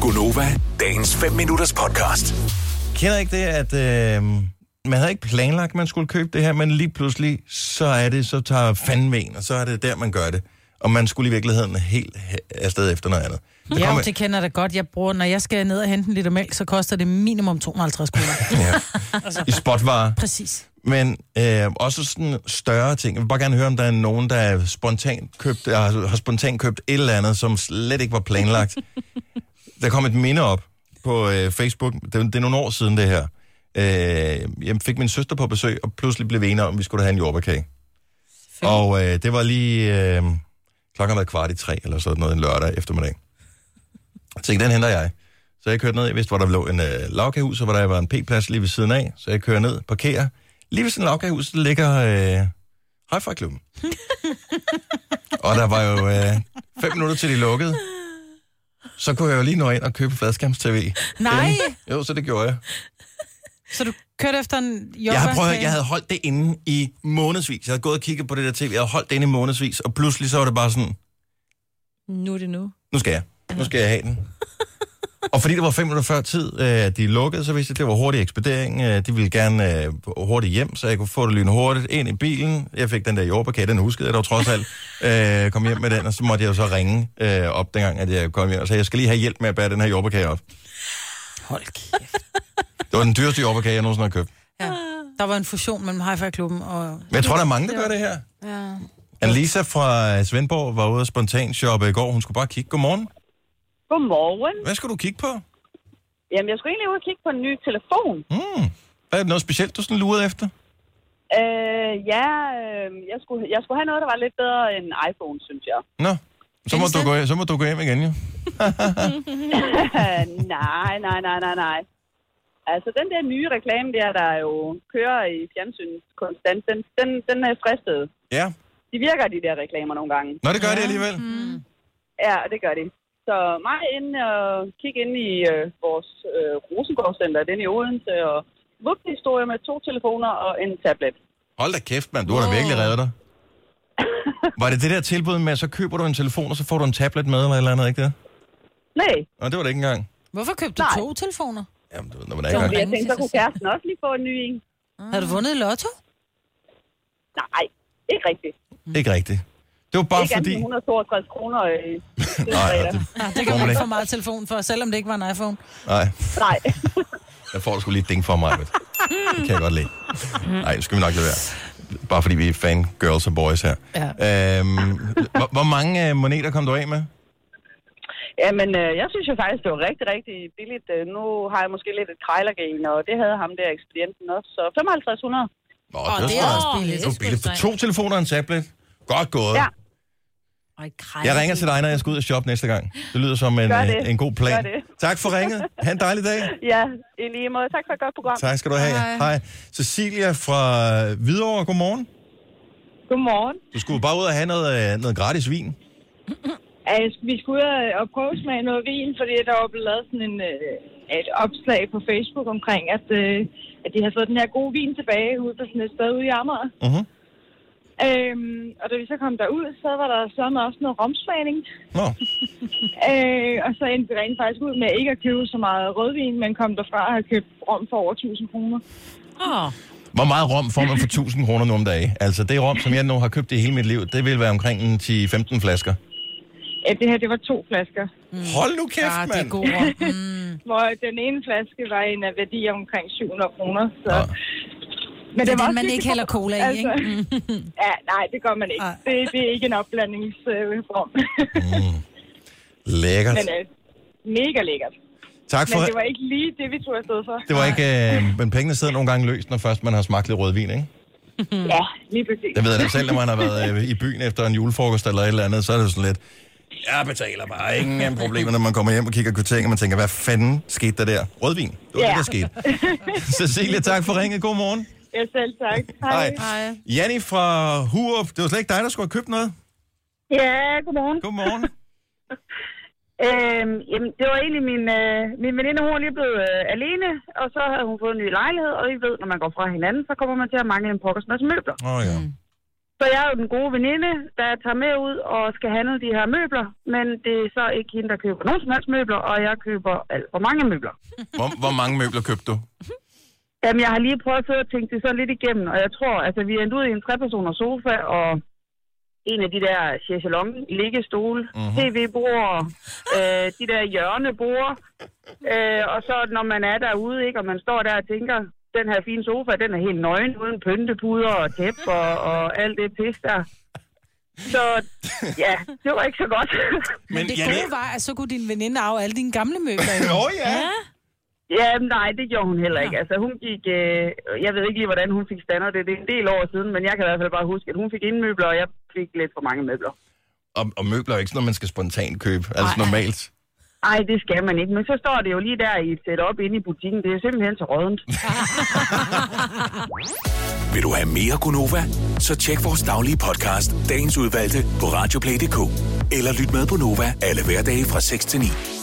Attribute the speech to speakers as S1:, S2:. S1: Gunova, dagens 5 minutters podcast.
S2: Kender ikke det, at øh, man havde ikke planlagt, at man skulle købe det her, men lige pludselig, så er det, så tager fanden en, og så er det der, man gør det. Og man skulle i virkeligheden helt he- afsted efter noget andet. Der
S3: Ja,
S2: kommer-
S3: det kender jeg da godt. Jeg bruger, når jeg skal ned og hente en liter mælk, så koster det minimum 250 kroner.
S2: I spotvarer.
S3: Præcis.
S2: Men øh, også sådan større ting. Jeg vil bare gerne høre, om der er nogen, der spontant købt, øh, har har spontant købt et eller andet, som slet ikke var planlagt. der kom et minde op på øh, Facebook. Det, er- det er nogle år siden, det her. Øh, jeg fik min søster på besøg, og pludselig blev vi enige om, at vi skulle da have en jordbærkage. Og øh, det var lige... Øh, klokken var kvart i tre, eller sådan noget, en lørdag eftermiddag. Jeg tænkte, den henter jeg. Så jeg kørte ned, jeg vidste, hvor der lå en øh, lavkagehus, og hvor der var en p-plads lige ved siden af. Så jeg kører ned, parkerer. Lige ved sådan en lavkagehus, der ligger øh, hi klubben og der var jo øh, fem minutter til de lukkede. Så kunne jeg jo lige nå ind og købe fladskærms-tv.
S3: Nej,
S2: Jo, så det gjorde jeg.
S3: så du kørte efter en jobber?
S2: Jeg, har prøvet, jeg havde holdt det inde i månedsvis. Jeg havde gået og kigget på det der tv, jeg havde holdt det inde i månedsvis, og pludselig så var det bare sådan,
S4: Nu er det nu.
S2: nu skal jeg. Nu skal jeg have den. Og fordi det var fem minutter før tid, øh, de lukkede, så vidste jeg, at det var hurtig ekspedering. Øh, de ville gerne øh, hurtigt hjem, så jeg kunne få det lynhurtigt ind i bilen. Jeg fik den der jordbærkage, den huskede jeg dog trods alt. Øh, kom hjem med den, og så måtte jeg jo så ringe øh, op dengang, at jeg kom hjem. Så jeg skal lige have hjælp med at bære den her jordbærkage op.
S3: Hold kæft.
S2: Det var den dyreste jordbærkage, jeg nogensinde har købt.
S3: Ja. Der var en fusion mellem Hi-Fi-klubben og...
S2: Men jeg tror, der er mange, der gør det her.
S3: Ja.
S2: Alisa fra Svendborg var ude og spontan shoppe i går. Hun skulle bare kigge. Godmorgen.
S5: Godmorgen.
S2: Hvad skulle du kigge på?
S5: Jamen, jeg skulle egentlig ud og kigge på en ny telefon.
S2: Er det noget specielt, du sådan lurede efter?
S5: Øh, ja, øh, jeg, skulle, jeg skulle have noget, der var lidt bedre end iPhone, synes jeg.
S2: Nå, så må,
S3: Findes
S2: du
S3: det?
S2: gå, så må du gå hjem igen, jo.
S5: Øh, nej, nej, nej, nej, nej. Altså, den der nye reklame der, der jo kører i fjernsynet konstant, den, den, den er fristet.
S2: Ja.
S5: De virker, de der reklamer nogle gange.
S2: Nå, det gør ja. det alligevel.
S5: Ja, det gør de. Så mig ind og kigge ind i øh, vores øh, Rosengårdscenter, den i Odense, og vugt historie med to telefoner og en tablet.
S2: Hold da kæft, mand. Du har da virkelig reddet dig. Var det det der tilbud med, at så køber du en telefon, og så får du en tablet med, eller et eller andet, ikke det?
S5: Nej,
S2: Nå, det var det ikke engang.
S3: Hvorfor købte du
S5: Nej.
S3: to telefoner?
S2: Jamen, du ved, når man er i gang.
S5: fordi jeg tænkte, så kunne kæresten også lige få en ny en.
S3: Har du vundet i lotto?
S5: Nej, ikke rigtigt.
S2: Ikke rigtigt. Det var bare
S5: ikke
S2: fordi...
S5: andet end 162 kroner. Øh,
S2: Nej,
S5: fredag.
S2: det,
S3: Ja, det
S2: Får
S3: kan
S2: man
S3: man
S2: ikke.
S3: ikke få meget telefon for, selvom det ikke var en iPhone.
S2: nej,
S5: Nej,
S2: jeg får du sgu lige et ding for mig, ved. du. Det kan jeg godt lide. Nej, det skal vi nok lade være. Bare fordi vi er fan girls og boys her.
S3: Ja.
S2: Øhm, hvor, hvor mange øh, moneter kom du af med?
S5: jamen øh, jeg synes jo faktisk, det var rigtig, rigtig billigt. Øh, Nu har jeg måske lidt et krejlergen, og det havde ham der ekspedienten også. Så 5500.
S2: Nå,
S4: Åh, det
S2: sgu
S4: er
S2: da-
S4: også billigt.
S2: Det var billigt for
S4: Det er sgu
S2: to telefoner og en tablet. Godt gået.
S5: Ja.
S4: Og et krejl.
S2: Jeg ringer til dig, når jeg skal ud og shoppe næste gang. Det lyder som en,
S5: Gør
S2: øh,
S5: det.
S2: en god plan.
S5: Gør det.
S2: Tak for ringet. Ha' en dejlig dag.
S5: Ja, i lige måde. Tak for et godt program.
S2: Tak skal du have. Hej. Hej. Cecilia fra Hvidovre, godmorgen.
S5: Godmorgen.
S2: Du skulle bare ud og have noget, øh, noget gratis vin.
S6: Altså, vi skulle ud og- og prøve at smage noget vin, fordi der var blevet lavet sådan en, øh, et opslag på Facebook omkring, at, øh, at de havde fået den her gode vin tilbage ude på sådan et sted ude i Amager.
S2: Mhm.
S6: Øhm, og da vi så kom derud, så var der så også noget romsmagning.
S2: Nå,
S6: Øh, og så endte vi rent faktisk ud med ikke at købe så meget rødvin, men kom derfra og have købt rom for over 1000 kroner.
S4: Åh,
S2: hvor meget rom får man for 1000 kroner nu om dagen? Altså, det rom, som jeg nu har købt i hele mit liv, det vil være omkring en 10-15 flasker.
S6: Ja, det her, det var to flasker.
S4: Mm.
S2: Hold nu kæft,
S3: Ja, det er
S2: mand.
S3: god rom. Mm.
S6: Hvor den ene flaske var en af værdi omkring 700 kroner. Så.
S2: Nå.
S6: Men
S3: Det er den,
S6: også
S3: man
S6: virkelig
S3: ikke hælder
S6: god.
S3: cola
S7: Altså.
S3: i, ikke? Mm.
S6: Altså, Ja, nej, det gør man ikke.
S3: Ej.
S6: Det, det er ikke en opblandingsform.
S2: Lækkert.
S6: Men øh, mega lækkert.
S2: Tak
S6: Men
S2: for...
S6: det var ikke lige det, vi tog afsted for.
S2: Det var ikke... Øh, men pengene sidder nogle gange løst, når først man har smagt lidt rødvin, ikke?
S6: Ja, lige præcis.
S2: Jeg ved det selv, når man har været øh, i byen efter en julefrokost eller et eller andet, så er det sådan lidt, jeg betaler bare ingen af problemer, når man kommer hjem og kigger kvittering, og man tænker, hvad fanden skete der der? Rødvin, det var
S6: Ja.
S2: det, der skete. Cecilia, tak for ringet. God morgen.
S6: Ja, selv tak.
S2: Hej. Janni fra Hurup, det var slet ikke dig, der skulle have købt noget.
S7: Ja, godmorgen.
S2: God morgen.
S7: Øhm, jamen, det var egentlig min, øh, min veninde, hun var lige blevet øh, alene, og så havde hun fået en ny lejlighed, og I ved, når man går fra hinanden, så kommer man til at mangle en pokkers masse møbler.
S2: Åh oh, ja.
S7: Så jeg er jo den gode veninde, der tager med ud og skal handle de her møbler, men det er så ikke hende, der køber nogen som helst møbler, og jeg køber alt for mange møbler.
S2: Hvor, hvor mange møbler købte du?
S7: Jamen, jeg har lige prøvet at sidde og tænke det så lidt igennem, og jeg tror, altså, vi er endt ud i en trepersoners sofa, og en af de der chaiselong, liggestole,
S2: Mhm.
S7: mm-hmm. tv-bord, øh, de der hjørnebord. Øh, og så når man er derude, ikke, og man står der og tænker, den her fine sofa, den er helt nøgen, uden pyntepuder og tæpper og alt det pis der. Så ja, det var ikke så godt.
S3: Men det
S2: Janne-
S3: gode var, at så kunne din veninde arve alle dine gamle møbler. jo.
S2: Nå ja.
S7: Ja, nej, det gjorde hun heller ikke. Altså, hun gik... Øh, jeg ved ikke lige, hvordan hun fik standard. Det det er en del år siden, men jeg kan i hvert fald bare huske, at hun fik indmøbler, og jeg fik lidt for mange møbler.
S2: Og, og møbler er jo ikke sådan noget, man skal spontant købe, altså
S3: Ej.
S2: normalt.
S7: Ej, det skal man ikke. Men så står det jo lige der i et setup inde i butikken. Det er simpelthen så rådent.
S1: Vil du have mere Gunova? Så tjek vores daglige podcast, dagens udvalgte, på radioplay.dk. Eller lyt med på Nova alle hverdage fra 6 til 9.